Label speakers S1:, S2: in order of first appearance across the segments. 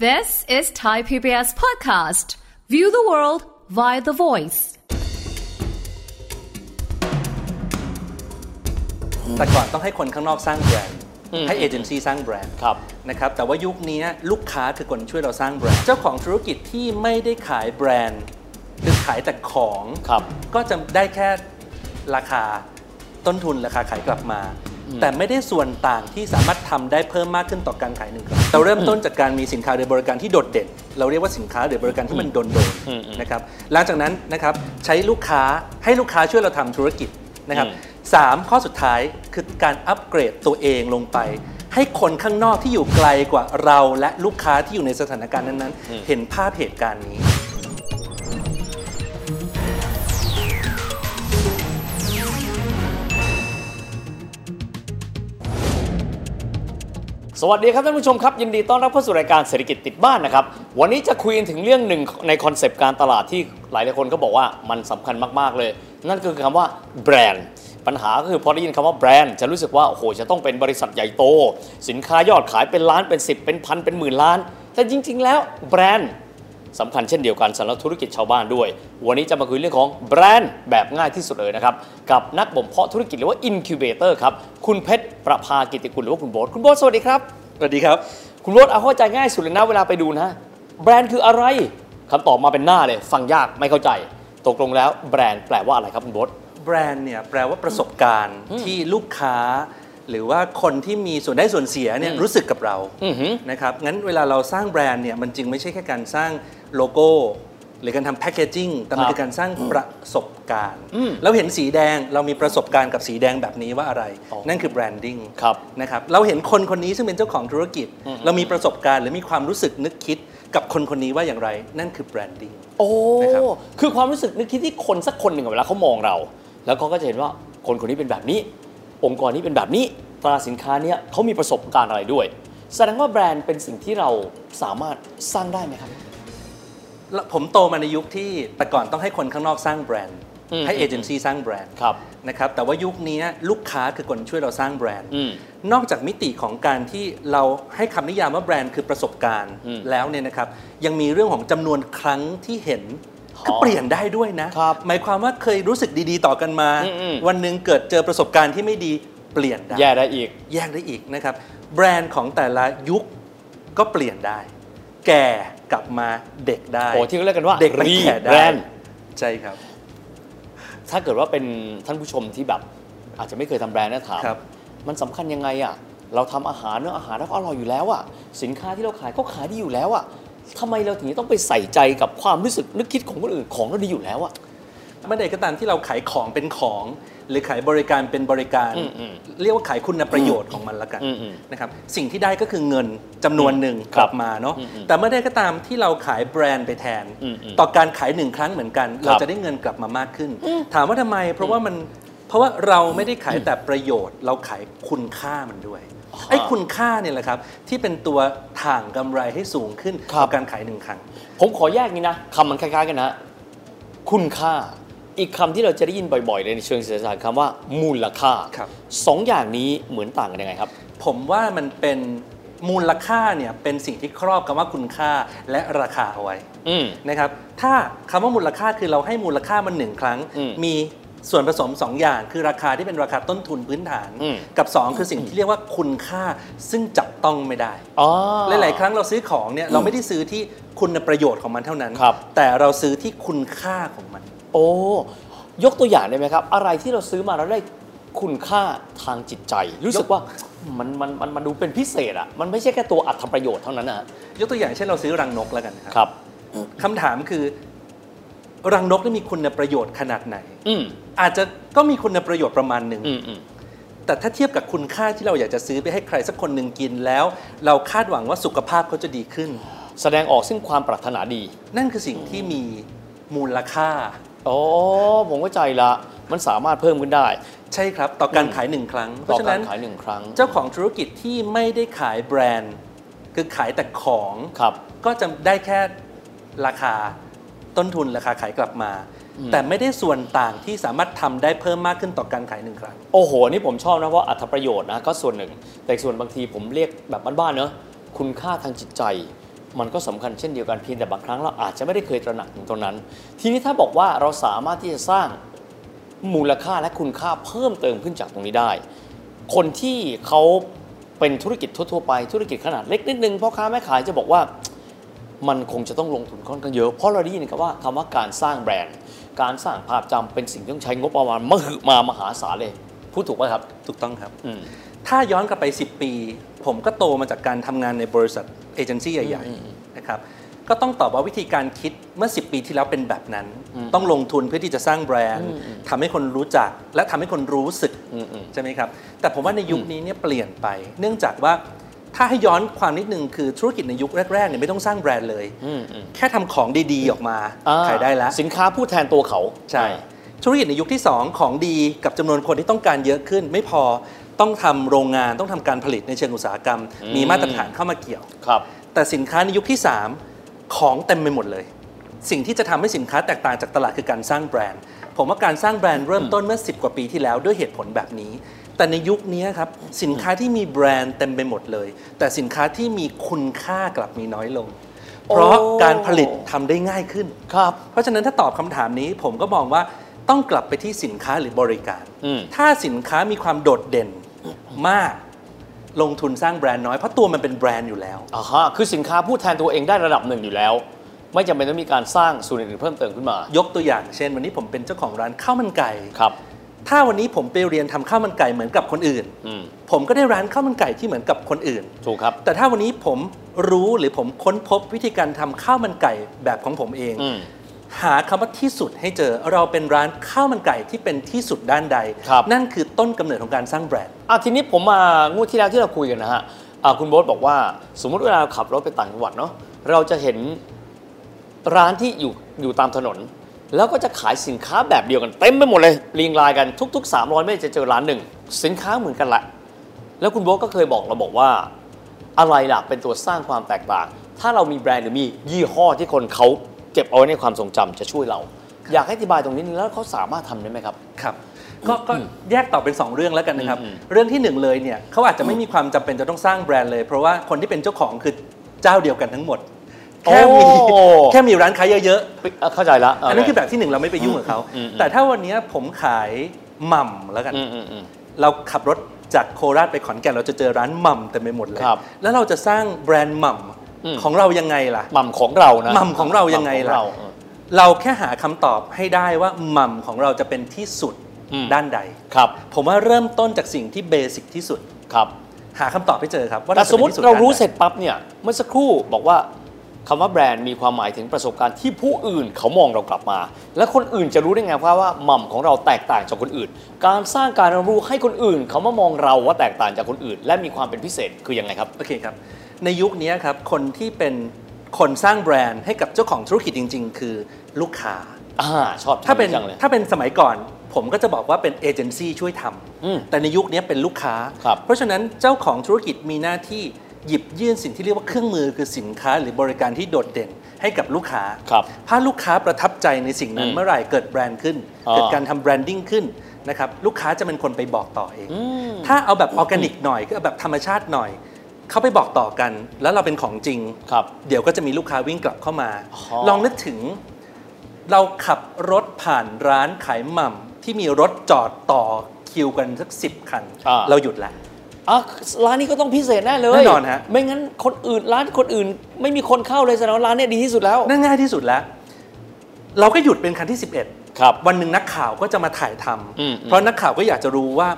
S1: This is Thai PBS Podcast. View the world via the voice.
S2: แต่ก่อนต้องให้คนข้างนอกสร้างแบรนด์ให้เอเจนซี่สร้างแบรนด์
S3: ครับ
S2: นะครับแต่ว่ายุคนี้ลูกค้าคือคนช่วยเราสร้างแบรนด์เจ้าของธุรกิจที่ไม่ได้ขายแบรนด์หรือขายแต่ของ
S3: ครับ
S2: ก็จะได้แค่ราคาต้นทุนราคาขายกลับมา แต่ไม่ได้ส่วนต่างที่สามารถทำได้เพิ่มมากขึ้นต่อการขายหนึ่งครั้งเราเริ่มต้นจากการมีสินค้าหรือบริการที่โดดเด่น เราเรียกว่าสินค้าหรือบริการที่มันโดดเด่น
S3: อืมอืม
S2: นะครับหลังจากนั้นนะครับใช้ลูกค้าให้ลูกค้าช่วยเราทำธุรกิจนะครับ
S3: อืม
S2: สามข้อสุดท้ายคือการอัปเกรดตัวเองลงไป ให้คนข้างนอกที่อยู่ไกลกว่าเราและลูกค้าที่อยู่ในสถานการณ์นั้นๆ เห็นภาพเหตุการณ์นี้
S3: สวัสดีครับท่านผู้ชมครับ ยินดีต้อนรับเข้าสู่รายการเศรษฐกิจติดบ้านนะครับ วันนี้จะคุยกันถึงเรื่องหนึ่งในคอนเซปต์การตลาดที่หลายหลายๆคนก็บอกว่ามันสำคัญมาก ๆ เลย นั่นก็คือคำว่าแบรนด์ปัญหาก็คือพอได้ยินคำว่าแบรนด์จะรู้สึกว่า โอ้โห จะต้องเป็นบริษัทใหญ่โต สินค้ายอดขายเป็นล้านเป็น 10 เป็นพันเป็นหมื่นล้าน แต่จริง ๆ แล้วแบรนด์ สำคัญเช่นเดียวกันสำหรับธุรกิจชาวบ้านด้วย วันนี้จะมาคุยเรื่องของแบรนด์แบบง่ายที่สุดเลยนะครับ กับนักบ่มเพาะธุรกิจหรือว่าอิน u b เบเตอร์ครับ คุณเพชรประภากิติกุลหรือว่าคุณโบ๊ทคุณโบ๊ทสวัสดีครับ
S2: สวัสดีครับ
S3: คุณโบ๊ทเอาเข้าใจง่ายสุดเลยนะเวลาไปดูนะ แบรนด์คืออะไรคำตอบมาเป็นหน้าเลย ฟังยากไม่เข้าใจ ตกลงแล้วแบรนด์แปลว่าอะไรครับคุณโบ๊ท
S2: แบรนด์เนี่ยแปลว่าประสบการณ์ที่ลูกค้า หรือว่าคนที่มีส่วนได้ส่วนเสียเนี่ยรู้สึกกับเรา
S3: อือหือ
S2: นะครับงั้นเวลาเราสร้างแบรนด์เนี่ยมันจึงไม่ใช่แค่การสร้างโลโก้ หรือการทำแพคเกจิ้งแต่มัน
S3: ครับ
S2: คือการสร้างประสบการณ์ เราเห็นสีแดงเรามีประสบการณ์กับสีแดงแบบนี้ว่าอะไร
S3: อ๋อ
S2: นั่นคือแบรนดิ้ง
S3: ครับ
S2: นะครับเราเห็นคนคนนี้ซึ่งเป็นเจ้าของธุรกิจ เรามีประสบการณ์หรือมีความรู้สึกนึกคิดกับคนคนนี้ว่าอย่างไร นั่นคือแบรนดิ้ง
S3: โอ้
S2: นะครับ
S3: คือความรู้สึกนึกคิดที่คนสักคนหนึ่งอะเวลาเขามองเรา แล้วเขาก็จะเห็นว่าคนคนนี้เป็นแบบนี้ องค์กรนี้เป็นแบบนี้ตราสินค้าเนี้ยเขามีประสบการณ์อะไรด้วย แสดงว่าแบรนด์เป็นสิ่งที่เราสามารถสร้างได้ไหมครับ
S2: แล้วผมโตมาในยุคที่แต่ก่อนต้องให้คนข้างนอกสร้างแบรนด์
S3: อืม
S2: ให้เอเจนซี่สร้างแบรนด์
S3: ครับ
S2: นะครับแต่ว่ายุคนี้ลูกค้าคือคนช่วยเราสร้างแบรนด์
S3: อืม
S2: นอกจากมิติของการที่เราให้คำนิยามว่าแบรนด์คือประสบการณ์
S3: อืม
S2: แล้วเนี่ยนะครับยังมีเรื่องของจำนวนครั้งที่เห็น
S3: อ๋อ
S2: ก็เปลี่ยนได้ด้วยนะครับหมายความว่าเคยรู้สึกดีๆ ต่อกันมา
S3: อืมอืม
S2: วันหนึ่งเกิดเจอประสบการณ์ที่ไม่ดีเปลี่ยนได้
S3: แย่ได้อีก
S2: แยกได้อีกนะครับ แบรนด์ของแต่ละยุคก็เปลี่ยนได้ แก่กลับมาเด็กได้
S3: โอ้ที่เขาเรียกกันว่า
S2: เด็กมันแก่ได้
S3: รีแบรนด์
S2: ใช่ครับ
S3: ถ้าเกิดว่าเป็นท่านผู้ชมที่แบบ อาจจะไม่เคยทำแบรนด์นะถาม
S2: ครับ
S3: มันสำคัญยังไงอะ่ะเราทำอาหารเนื้อะอาหารเราก็อร่อยอยู่แล้วอะ่ะสินค้าที่เราขายก็ขายดีอยู่แล้วอะ่ะทำไมเราถึงต้องไปใส่ใจกับความรู้สึกนึกคิดของคนอื่นของเราดีอยู่แล้วอ่ะ
S2: เมื่อใดก็ตามที่เราขายของเป็นของ หรือขายบริการเป็นบริการ
S3: อืมอืม
S2: เรียกว่าขายคุณประโยชน์ของมันละกัน
S3: อืมอืม
S2: นะครับสิ่งที่ได้ก็คือเงินจำนวนหนึ่ง
S3: ค
S2: ก
S3: รับ
S2: ลับมาเนาะแต่เมื่อใดก็ตามที่เราขายแบรนด์ไปแทน
S3: อืมอืม
S2: ต่อการขายหนึ่งครั้งเหมือนกัน เรา
S3: ครับ
S2: จะได้เงินกลับมามากขึ้น ถามว่าทำไม เพราะว่ามันเพราะว่าเราไม่ได้ขายแต่ประโยชน์ เราขายคุณค่ามันด้วย
S3: อ๋อ
S2: ไอ้คุณค่าเนี่ยแหละครับที่เป็นตัวถ่างกำไรให้สูงขึ้น
S3: ครับ
S2: กับการขายหนึ่งครั้ง
S3: ผมขอแยกนี้นะคำมันคล้ายๆกันนะ คุณค่า อีกคำที่เราจะได้ยินบ่อยๆเลยในเชิงเศรษฐศาสตร์คำว่า มูลค่า
S2: ครับ
S3: สองอย่างนี้เหมือนต่างกันยังไงครับ
S2: ผมว่ามันเป็นมูลค่าเนี่ยเป็นสิ่งที่ครอบคำว่าคุณค่าและราคาเอาไว้
S3: อืม
S2: นะครับ ถ้าคำว่ามูลค่าคือเราให้มูลค่ามันหนึ่งครั้ง
S3: อืม
S2: มีส่วนผสม 2 อย่าง คือราคาที่เป็นราคาต้นทุนพื้นฐาน
S3: อืม
S2: กับ 2 คือสิ่งที่เรียกว่าคุณค่าซึ่งจับต้องไม่ได้
S3: อ๋อ
S2: หลาย ๆ ครั้งเราซื้อของเนี่ยเราไม่ได้ซื้อที่คุณประโยชน์ของมันเท่านั้น
S3: ครับ
S2: แต่เราซื้อที่คุณค่าของมัน
S3: โอ้ ยกตัวอย่างได้ไหมครับ อะไรที่เราซื้อมาแล้วได้คุณค่าทางจิตใจ รู้สึกว่ามันมันมันมันดูเป็นพิเศษอะมันไม่ใช่แค่ตัวอัตประโยชน์เท่านั้นนะ
S2: ยกตัวอย่างเช่นเราซื้อรังนกแล้วกันนะครับ
S3: ครับ
S2: คำถามคือรังนกนี่มีคุณประโยชน์ขนาดไหน
S3: อืม
S2: อาจจะก็มีคุณประโยชน์ประมาณหนึ่ง
S3: อืมอืม
S2: แต่ถ้าเทียบกับคุณค่าที่เราอยากจะซื้อไปให้ใครสักคนหนึ่งกินแล้ว เราคาดหวังว่าสุขภาพเขาจะดีขึ้น
S3: แสดงออกซึ่งความปรารถนาดี
S2: นั่นคือสิ่งที่มีมูลค่า
S3: โอ้ผมเข้าใจละ มันสามารถเพิ่มขึ้นได้
S2: ใช่ครับ ต่อการขายหนึ่งครั้ง เพ
S3: ต่อ
S2: ราะฉะ
S3: กา
S2: นั้
S3: ร
S2: น
S3: ขายหนึ่งครั้ง
S2: เจ้าของธุรกิจที่ไม่ได้ขายแบรนด์ คือขายแต่ของ
S3: ครับ
S2: ก็จะได้แค่ราคาต้นทุนราคาขายกลับมา แต่ไม่ได้ส่วนต่างที่สามารถทำได้เพิ่มมากขึ้นต่อการขายหนึ่งครั้ง
S3: โอ้โห นี่ผมชอบนะเพราะอัตประโยชน์นะก็ส่วนหนึ่ง แต่อีกส่วนบางทีผมเรียกแบบบ้านๆเนอะคุณค่าทางจิตใจ มันก็สำคัญเช่นเดียวกันเพียงแต่บางครั้งเราอาจจะไม่ได้เคยตระหนักถึงตรงนั้น ทีนี้ถ้าบอกว่าเราสามารถที่จะสร้างมูลค่าและคุณค่าเพิ่มเติมขึ้นจากตรงนี้ได้ คนที่เขาเป็นธุรกิจทั่วๆไปธุรกิจขนาดเล็กนิดนึงพ่อค้าแม่ขายจะบอกว่า มันคงจะต้องลงทุนค่อนข้างเยอะ เพราะเราได้ยินกันว่าคำว่าการสร้างแบรนด์ การสร้างภาพจำเป็นสิ่งที่ต้องใช้งบประมาณมหึมามหาศาลเลย พูดถูกไหมครับ
S2: ถูกต้องครับ
S3: อืม
S2: ถ้าย้อนกลับไป 10 ปี ผมก็โตมาจากการทำงานในบริษัทเอเจนซี่ใหญ่ๆนะครับก็ต้องตอบว่าวิธีการคิดเมื่อ 10 ปีที่แล้วเป็นแบบนั้น ต้องลงทุนเพื่อที่จะสร้างแบรนด์ทำให้คนรู้จัก และทำให้คนรู้สึก
S3: อืมอืม
S2: ใช่ไหมครับ แต่ผมว่าในยุคนี้เนี่ยเปลี่ยนไป เนื่องจากว่าถ้าให้ย้อนความนิดนึงคือธุรกิจในยุคแรกๆเนี่ยไม่ต้องสร้างแบรนด์เลย
S3: อืมอืม
S2: แค่ทำของดีๆออกมา
S3: อ่
S2: ขายได้แล้ว
S3: สินค้าผู้แทนตัวเขา
S2: ใช่ ธุรกิจในยุคที่ 2 ของดีกับจำนวนคนที่ต้องการเยอะขึ้น ไม่พอต้องทำโรงงานต้องทำการผลิตในเชิงอุตสาหกรรม
S3: อืม
S2: มีมาตรฐานเข้ามาเกี่ยว
S3: ครับ
S2: แต่สินค้าในยุคที่ 3 ของเต็มไปหมดเลย สิ่งที่จะทำให้สินค้าแตกต่างจากตลาดคือการสร้างแบรนด์ ผมว่าการสร้างแบรนด์เริ่มต้นเมื่อ 10 กว่าปีที่แล้วด้วยเหตุผลแบบนี้ แต่ในยุคนี้ครับสินค้าที่มีแบรนด์เต็มไปหมดเลย แต่สินค้าที่มีคุณค่ากลับมีน้อยลง เพราะการผลิตทำได้ง่ายขึ้น
S3: ครับ
S2: เพราะฉะนั้นถ้าตอบคำถามนี้ผมก็มองว่าต้องกลับไปที่สินค้าหรือบริการ
S3: อืม
S2: ถ้าสินค้ามีความโดดเด่นมาก ลงทุนสร้างแบรนด์น้อย เพราะตัวมันเป็นแบรนด์อยู่แล้ว
S3: อ่าฮะคือสินค้าผู้แทนตัวเองได้ระดับหนึ่งอยู่แล้ว ไม่จำเป็นต้องมีการสร้างส่วนอื่นๆเพิ่มเติมขึ้นมาย
S2: กตัวอย่างเช่น วันนี้ผมเป็นเจ้าของร้านข้าวมันไก่
S3: ครับ
S2: ถ้าวันนี้ผมไปเรียนทำข้าวมันไก่เหมือนกับคนอื่น
S3: อืม
S2: ผมก็ได้ร้านข้าวมันไก่ที่เหมือนกับคนอื่น
S3: ถูกครับ
S2: แต่ถ้าวันนี้ผมรู้หรือผมค้นพบวิธีการทำข้าวมันไก่แบบของผมเอง
S3: อืม
S2: หาคำว่าที่สุดให้เจอเราเป็นร้านข้าวมันไก่ที่เป็นที่สุดด้านใด
S3: ครับ
S2: นั่นคือต้นกำเนิดของการสร้างแบรนด์
S3: อ่ะทีนี้ผมมางวดที่แล้วที่เราคุยกันนะฮะอ่ะคุณโบ๊ทบอกว่าสมมุติเวลาขับรถไปต่างจังหวัดเนาะเราจะเห็นร้านที่อยู่อยู่ตามถนน แล้วก็จะขายสินค้าแบบเดียวกันเต็มไปหมดเลยเรียงรายกันทุก ๆ 300 เมตรจะเจอร้านหนึ่ง สินค้าเหมือนกันแหละ แล้วคุณโบ๊ทก็เคยบอกเราบอกว่า อะไรล่ะเป็นตัวสร้างความแตกต่าง ถ้าเรามีแบรนด์หรือมียี่ห้อที่คนเขาเก็บเอาไว้ในความทรงจำจะช่วยเรา อยากให้อธิบายตรงนี้นิดนึงแล้วเขาสามารถทำได้ไหมครับ
S2: ครับกก็แยกต่อเป็น 2 เรื่องแล้วกันนะครับ
S3: อืม
S2: เรื่องที่หนึ่งเลยเนี่ยเขาอาจจะไม่มีความจำเป็นจะต้องสร้างแบรนด์เลย เพราะว่าคนที่เป็นเจ้าของคือเจ้าเดียวกันทั้งหมด แค่มี
S3: โอ้
S2: แค่มีร้านค้าเยอะๆ
S3: อ่ะเข้าใจละ
S2: อันนั้นคือแบบที่หนึ่งเราไม่ไปยุ่งกับเขา
S3: อืมอืม
S2: แต่ถ้าวันนี้ผมขายหม่ำแล้วกัน
S3: อืมอืมอืม
S2: เราขับรถจากโคราชไปขอนแก่นเราจะเจอร้านหม่ำเต็มไปหมดเลย
S3: ครับ
S2: แล้วเราจะสร้างแบรนด์หม่
S3: อืม
S2: ำของเรายังไงล่ะ
S3: หม่ำของเรานะ
S2: หม่ำของเรายังไงล่ะ
S3: หม่ำของเราเออ
S2: เราแค่หาคำตอบให้ได้ว่าหม่ำของเราจะเป็นที่สุด
S3: อืม
S2: ด้านใด
S3: ครับ
S2: ผมว่าเริ่มต้นจากสิ่งที่เบสิกที่สุด
S3: ครับ
S2: หาคำตอบให้เจอครับว่า
S3: แต่
S2: จะ
S3: สมมติ
S2: ป็นที่
S3: เรา
S2: ด้น
S3: รู้
S2: ใด
S3: เสร็จปั๊บเนี่ยเมื่อสักครู่บอกว่าคำว่าแบรนด์มีความหมายถึงประสบการณ์ที่ผู้อื่นเขามองเรากลับมา และคนอื่นจะรู้ได้ไงว่าว่าหม่ำของเราแตกต่างจากคนอื่น การสร้างการรับรู้ให้คนอื่น เขามามองเราว่าแตกต่างจากคนอื่น และมีความเป็นพิเศษคือยังไงครับ
S2: โอเคครับ ในยุคนี้ครับคนที่เป็นคนสร้างแบรนด์ให้กับเจ้าของธุรกิจจริง ๆ คือลูกค้า
S3: อ่าชอบ
S2: ถ้าเป็น
S3: จังเลย
S2: ถ้าเป็นสมัยก่อนผมก็จะบอกว่าเป็นเอเจนซี่ช่วยทำ
S3: อืม
S2: แต่ในยุคนี้เป็นลูกค้า
S3: ครับ
S2: เพราะฉะนั้นเจ้าของธุรกิจมีหน้าที่หยิบยื่นสิ่งที่เรียกว่าเครื่องมือคือสินค้าหรือบริการที่โดดเด่นให้กับลูกค้า
S3: ครับ
S2: ถ้าลูกค้าประทับใจในสิ่งนั้น
S3: อืม
S2: เมื่อไหร่เกิดแบรนด์ขึ้น
S3: อ่า
S2: เกิดการทำแบรนดิ้งขึ้นนะครับลูกค้าจะเป็นคนไปบอกต่อเอง
S3: ม
S2: ถ้าเอาแบบออร์แกนิกหน่อยก็เอาแบบธรรมชาติหน่อย เขาไปบอกต่อกัน แล้วเราเป็นของจริง
S3: ครับ
S2: เดี๋ยวก็จะมีลูกค้าวิ่งกลับเข้ามา
S3: อ๋อ
S2: ลองนึกถึง เราขับรถผ่านร้านขายหม่ำที่มีรถจอดต่อคิวกันสักสิบคัน
S3: อ่า
S2: เราหยุดละ
S3: อ่ะร้านนี้ก็ต้องพิเศษแน่เลย
S2: แน่นอนฮะ
S3: ไม่งั้นคนอื่นร้านคนอื่น ไม่มีคนเข้าเลยแสดงว่าร้านเนี้ดีที่สุดแล้ว
S2: นั่นง่ายที่สุดแล้ว เราก็หยุดเป็นคันที่ 11
S3: ครับ
S2: วันหนึ่งนักข่าวก็จะมาถ่ายทำ
S3: อืม
S2: เพราะนักข่าวก็อยากจะรู้ว่า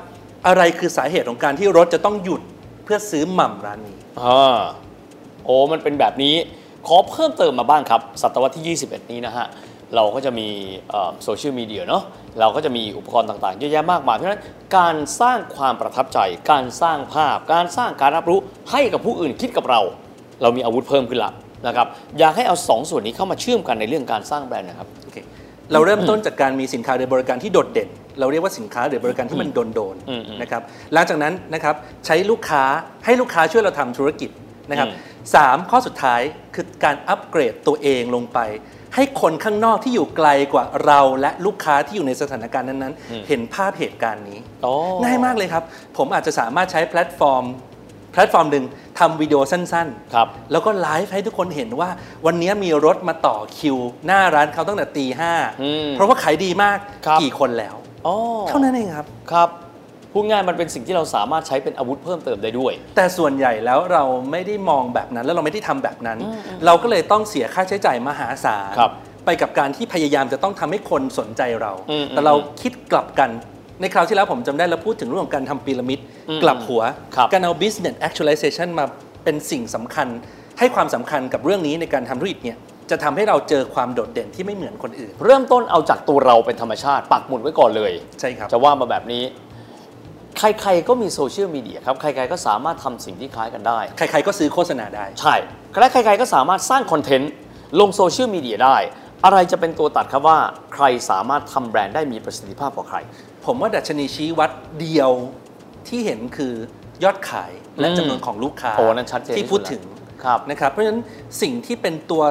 S2: อะไรคือสาเหตุของการที่รถจะต้องหยุดเพื่อซื้อหม่ำร้านนี้
S3: อ่าโอ้มันเป็นแบบนี้ ขอเพิ่มเติมมาบ้างครับ ศตวรรษที่ 21 นี้นะฮะ เราก็จะมีโซเชียลมีเดียเนาะ เราก็จะมีอุปกรณ์ต่างๆ เยอะแยะมากมาย เพราะฉะนั้นการสร้างความประทับใจ การสร้างภาพ การสร้างการรับรู้ให้กับผู้อื่นคิดกับเรา เรามีอาวุธเพิ่มขึ้นละนะครับ อยากให้เอาสองส่วนนี้เข้ามาเชื่อมกันในเรื่องการสร้างแบรนด์นะครับ
S2: โอเคเราเริ่มต้นจากการมีสินค้าหรือบริการที่โดดเด่น เราเรียกว่าสินค้าหรือบริการที่มันโดนโดนๆ
S3: อืมอืม
S2: นะครับหลังจากนั้นนะครับใช้ลูกค้าให้ลูกค้าช่วยเราทำธุรกิจนะครับ
S3: อืม
S2: สามข้อสุดท้ายคือการอัปเกรดตัวเองลงไป ให้คนข้างนอกที่อยู่ไกลกว่าเราและลูกค้าที่อยู่ในสถานการณ์นั้นๆ เห็นภาพเหตุการณ์นี้
S3: อ๋อ
S2: ง่ายมากเลยครับ ผมอาจจะสามารถใช้แพลตฟอร์ม แพ พลตฟอร์มหนึ่งทำวิดีโอสั้นๆ
S3: ครับ
S2: แล้วก็ไลฟ์ให้ทุกคนเห็นว่าวันนี้มีรถมาต่อคิว หน้าร้านเขาตั้งแต่ตีห้า
S3: อืม
S2: เพราะว่าขายดีมาก
S3: ครับ
S2: กี่คนแล้ว
S3: อ๋อ
S2: เท่านั้นเองครับ
S3: ครับพูดง่ายมันเป็นสิ่งที่เราสามารถใช้เป็นอาวุธเพิ่มเติมได้ด้วย
S2: แต่ส่วนใหญ่แล้วเราไม่ได้มองแบบนั้น แล้วเราไม่ได้ทำแบบนั้น เราก็เลยต้องเสียค่าใช้จ่ายมหาศาล
S3: ครับ
S2: ไปกับการที่พยายามจะต้องทำให้คนสนใจเรา
S3: อืม
S2: แต่เราคิดกลับกันในคราวที่แล้วผมจำได้เราพูดถึงเรื่องของการทำพีระมิด
S3: อืม
S2: กลับหัว
S3: ครับ
S2: การเอา business actualization มาเป็นสิ่งสำคัญ ให้ความสำคัญกับเรื่องนี้ในการทำธุรกิจเนี่ยจะทำให้เราเจอความโดดเด่นที่ไม่เหมือนคนอื่น
S3: เริ่มต้นเอาจากตัวเราเป็นธรรมชาติ ปักหมุดไว้ก่อนเลย
S2: ใช่ครับ
S3: จะว่ามาแบบนี้ ใครๆก็มีโซเชียลมีเดียครับ ใครๆก็สามารถทำสิ่งที่คล้ายกันได้
S2: ใครๆก็ซื้อโฆษณาได้
S3: ใช่และใครๆก็สามารถสร้างคอนเทนต์ ลงโซเชียลมีเดียได้ อะไรจะเป็นตัวตัดครับว่า ใครสามารถทำแบรนด์ได้มีประสิทธิภาพกว่าใคร
S2: ผมว่าดัชนีชี้วัดเดียวที่เห็นคือยอดขายและ
S3: อืม
S2: จำนวนของลูกค้า
S3: โอ้นั่นชัดเจนที่
S2: ที่
S3: สุด
S2: พูด
S3: ละ
S2: ถึง
S3: ครับ
S2: นะครับ เพราะฉะนั้นสิ่งที่เป็นตัว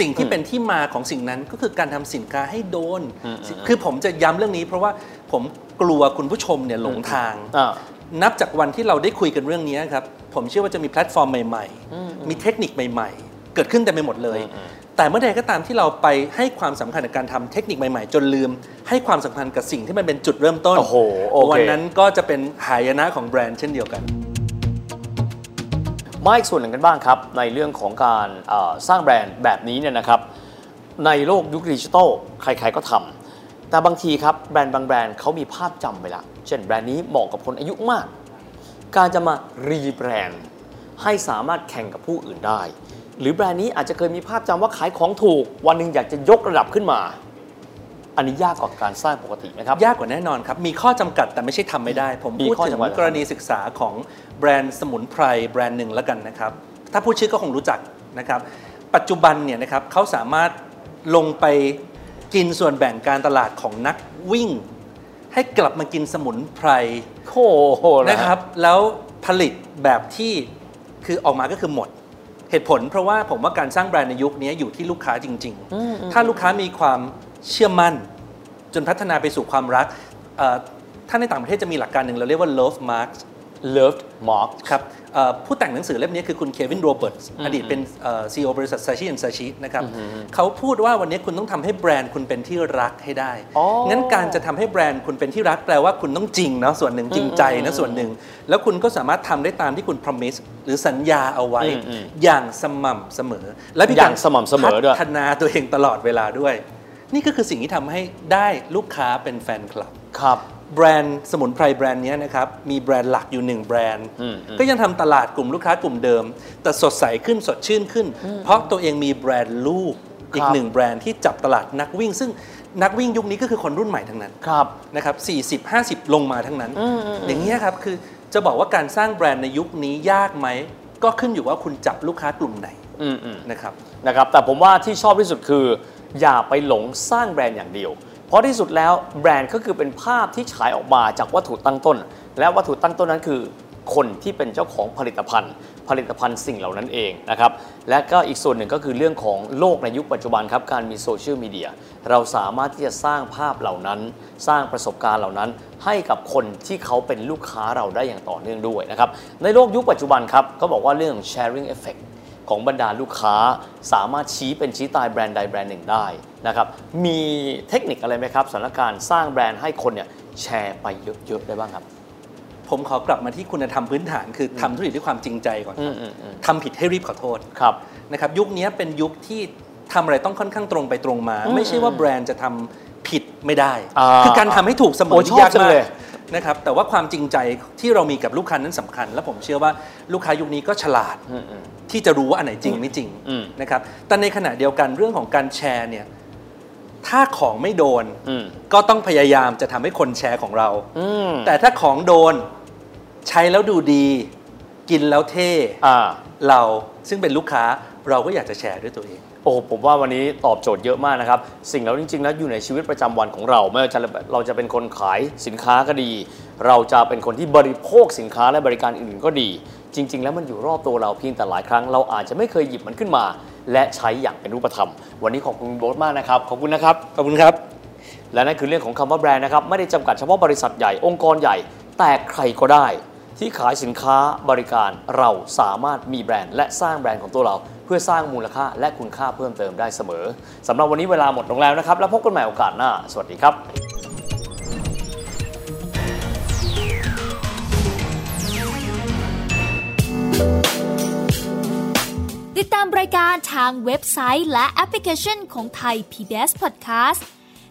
S2: สิ่งที่เป็นที่มาของสิ่งนั้นก็คือการทำสินค้าให้โดน คือผมจะย้ำเรื่องนี้ เพราะว่าผมกลัวคุณผู้ชมเนี่ยหลงทาง
S3: อ่า
S2: นับจากวันที่เราได้คุยกันเรื่องนี้ครับ ผมเชื่อว่าจะมีแพลตฟอร์มใหม่ๆ มีเทคนิคใหม่ๆ เกิดขึ้นแต่ไปหมดเลย แต่เมื่อใดก็ตามที่เราไปให้ความสำคัญกับการทำเทคนิคใหม่ๆ จนลืม ให้ความสำคัญกับสิ่งที่มันเป็นจุดเริ่มต้น
S3: โอ้โหโอเค
S2: วันนั้นก็จะเป็นหายนะของแบรนด์เช่นเดียวกัน
S3: มาอีกส่วนหนึ่งกันบ้างครับ ในเรื่องของการเอ่อสร้างแบรนด์แบบนี้เนี่ยนะครับ ในโลกยุคดิจิทัลใครๆก็ทำแต่บางทีครับแบรนด์บางแบรนด์เขามีภาพจำไปละเช่นแบรนด์นี้เหมาะกับคนอายุมาก การจะมารีแบรนด์ให้สามารถแข่งกับผู้อื่นได้ หรือแบรนด์นี้อาจจะเคยมีภาพจำว่าขายของถูก วันหนึ่งอยากจะยกระดับขึ้นมา อันนี้ยากกว่าการสร้างปกติไหมครับ
S2: ยากกว่าแน่นอนครับ มีข้อจำกัดแต่ไม่ใช่ทำไม่ได้ ผม
S3: มี
S2: พูด
S3: ข้อ
S2: ถึง
S3: จำกัดเหรอครับ
S2: กรณีศึกษาของแบรนด์สมุนไพรแบรนด์หนึ่งแล้วกันนะครับ ถ้าพูดชื่อก็คงรู้จักนะครับ ปัจจุบันเนี่ยนะครับเขาสามารถลงไปกินส่วนแบ่งการตลาดของนักวิ่ง ให้กลับมากินสมุนไพร
S3: โหนะ
S2: นะ
S3: ค
S2: ค
S3: รั
S2: รับ บแล้วผลิตแบบที่คือออกมาก็คือหมด เหตุผล เพราะว่าผมว่าการสร้างแบรนด์ในยุคนี้อยู่ที่ลูกค้าจริง ๆ ถ้าลูกค้ามีความเชื่อมั่น จนพัฒนาไปสู่ความรักเอ่อถ้าในต่างประเทศจะมีหลักการหนึ่งเราเรียกว่า love mark
S3: Loved Mark
S2: ครับเอ่อผู้แต่งหนังสือเล่มนี้คือคุณเควินโรเบิร์ตส์อดีตเป็นซีอีโอบริษัทซาชิแอนซาชินะครับเขาพูดว่าวันนี้คุณต้องทำให้แบรนด์คุณเป็นที่รักให้ได้
S3: อ๋อ
S2: งั้นการจะทำให้แบรนด์คุณเป็นที่รักแปลว่าคุณต้องจริงเนาะส่วนหนึ่งจริงใจนะส่วนหนึ่ง แล้วคุณก็สามารถทำได้ตามที่คุณ promise หรือสัญญาเอาไว้
S3: อืม
S2: อย่างสม่ำเสมอ และมีกร
S3: อย่างสม่ำเสมอด้วย
S2: พัฒนาตัวเองตลอดเวลาด้วย นี่ก็คือสิ่งที่ทำให้ได้ลูกค้าเป็นแฟนคลับ
S3: ครับ
S2: แบรนด์สมุนไพรแบรนด์เนี้ยนะครับ มีแบรนด์หลักอยู่หนึ่งแบรนด์
S3: อืม
S2: ก็ยังทำตลาดกลุ่มลูกค้ากลุ่มเดิม แต่สดใสขึ้นสดชื่นขึ้น เพราะตัวเองมีแบรนด์ลูก อี
S3: ค
S2: ก
S3: รับ
S2: หนึ่งแบรนด์ที่จับตลาดนักวิ่ง ซึ่งนักวิ่งยุคนี้ก็คือคนรุ่นใหม่ทั้งนั้น
S3: ครับ
S2: นะครับ40 50 ลงมาทั้งนั้น อย่างนี้ยครับคือจะบอกว่าการสร้างแบรนด์ในยุคนี้ยากไหม ก็ขึ้นอยู่ว่าคุณจับลูกค้ากลุ่มไหน
S3: อืมอืม
S2: นะครับ
S3: นะครับแต่ผมว่าที่ชอบที่สุดคือ อย่าไปหลงสร้างแบรนด์อย่างเดียว เพราะที่สุดแล้วแบรนด์ก็คือเป็นภาพที่ฉายออกมาจากวัตถุตั้งต้น และวัตถุตั้งต้นนั้นคือคนที่เป็นเจ้าของผลิตภัณฑ์ ผลิตภัณฑ์สิ่งเหล่านั้นเองนะครับและก็อีกส่วนหนึ่งก็คือเรื่องของโลกในยุคปัจจุบันครับการมีโซเชียลมีเดียเราสามารถที่จะสร้างภาพเหล่านั้น สร้างประสบการณ์เหล่านั้น ให้กับคนที่เขาเป็นลูกค้าเราได้อย่างต่อเนื่องด้วยนะครับในโลกยุคปัจจุบันครับก็บอกว่าเรื่อง sharing effect ของบรรดาลูกค้าสามารถชี้เป็นชี้ตายแบรนด์ใดแบรนด์หนึ่งได้นะครับมีเทคนิคอะไรไหมครับสถานการณ์สร้างแบรนด์ให้คนเนี่ยแชร์ไปเยอะๆได้บ้างครับ
S2: ผมขอกลับมาที่คุณธรรมพื้นฐาน คือทำธุรกิจด้วยความจริงใจก่อนครับทำผิดให้รีบขอโทษ
S3: ครับ
S2: นะครับยุคนี้เป็นยุคที่ทำอะไรต้องค่อนข้างตรงไปตรงมา ไม่ใช่ว่าแบรนด์จะทำผิดไม่ได้
S3: อ่า
S2: คือการทำให้ถูกเสม
S3: โอ้
S2: อ
S3: ชอบ
S2: ที่ยาก
S3: จัง
S2: มา
S3: เล
S2: ก
S3: ย
S2: นะครับแต่ว่าความจริงใจที่เรามีกับลูกค้านั้นสำคัญ และผมเชื่อว่าลูกค้ายุคนี้ก็ฉลาดที่จะรู้ว่าอันไหนจริงไม่จริงนะครับแต่ในขณะเดียวกันเรื่องของการแชร์เนี่ยถ้าของไม่โดน
S3: อืม
S2: ก็ต้องพยายามจะทำให้คนแชร์ของเรา
S3: อืม
S2: แต่ถ้าของโดนใช้แล้วดูดี กินแล้วเท่
S3: อ่า
S2: เราซึ่งเป็นลูกค้าเราก็อยากจะแชร์ด้วยตัวเอง
S3: โอ้โหผมว่าวันนี้ตอบโจทย์เยอะมากนะครับ สิ่งเหล่านี้จริงๆแล้วอยู่ในชีวิตประจำวันของเรา ไม่ว่าจะเราจะเป็นคนขายสินค้าก็ดี เราจะเป็นคนที่บริโภคสินค้าและบริการอื่นๆก็ดี จริง ๆ แล้วมันอยู่รอบตัวเราเพียงแต่หลายครั้งเราอาจจะไม่เคยหยิบมันขึ้นมา และใช้อย่างเป็นรูปธรรม วันนี้ขอบคุณคุณโบ๊ทมากนะครับขอบคุณนะครับ
S2: ขอบคุณครับ
S3: และนั่นคือเรื่องของคำว่าแบรนด์นะครับ ไม่ได้จำกัดเฉพาะบริษัทใหญ่องค์กรใหญ่ แต่ใครก็ได้ ที่ขายสินค้าบริการเราสามารถมีแบรนด์และสร้างแบรนด์ของตัวเรา เพื่อสร้างมูลค่าและคุณค่าเพิ่มเติมได้เสมอสำหรับวันนี้เวลาหมดลงแล้วนะครับ แล้วพบกันใหม่โอกาสหน้า สวัสดีครับ
S4: ติดตามรายการทางเว็บไซต์และแอปพลิเคชันของไทย PBS Podcast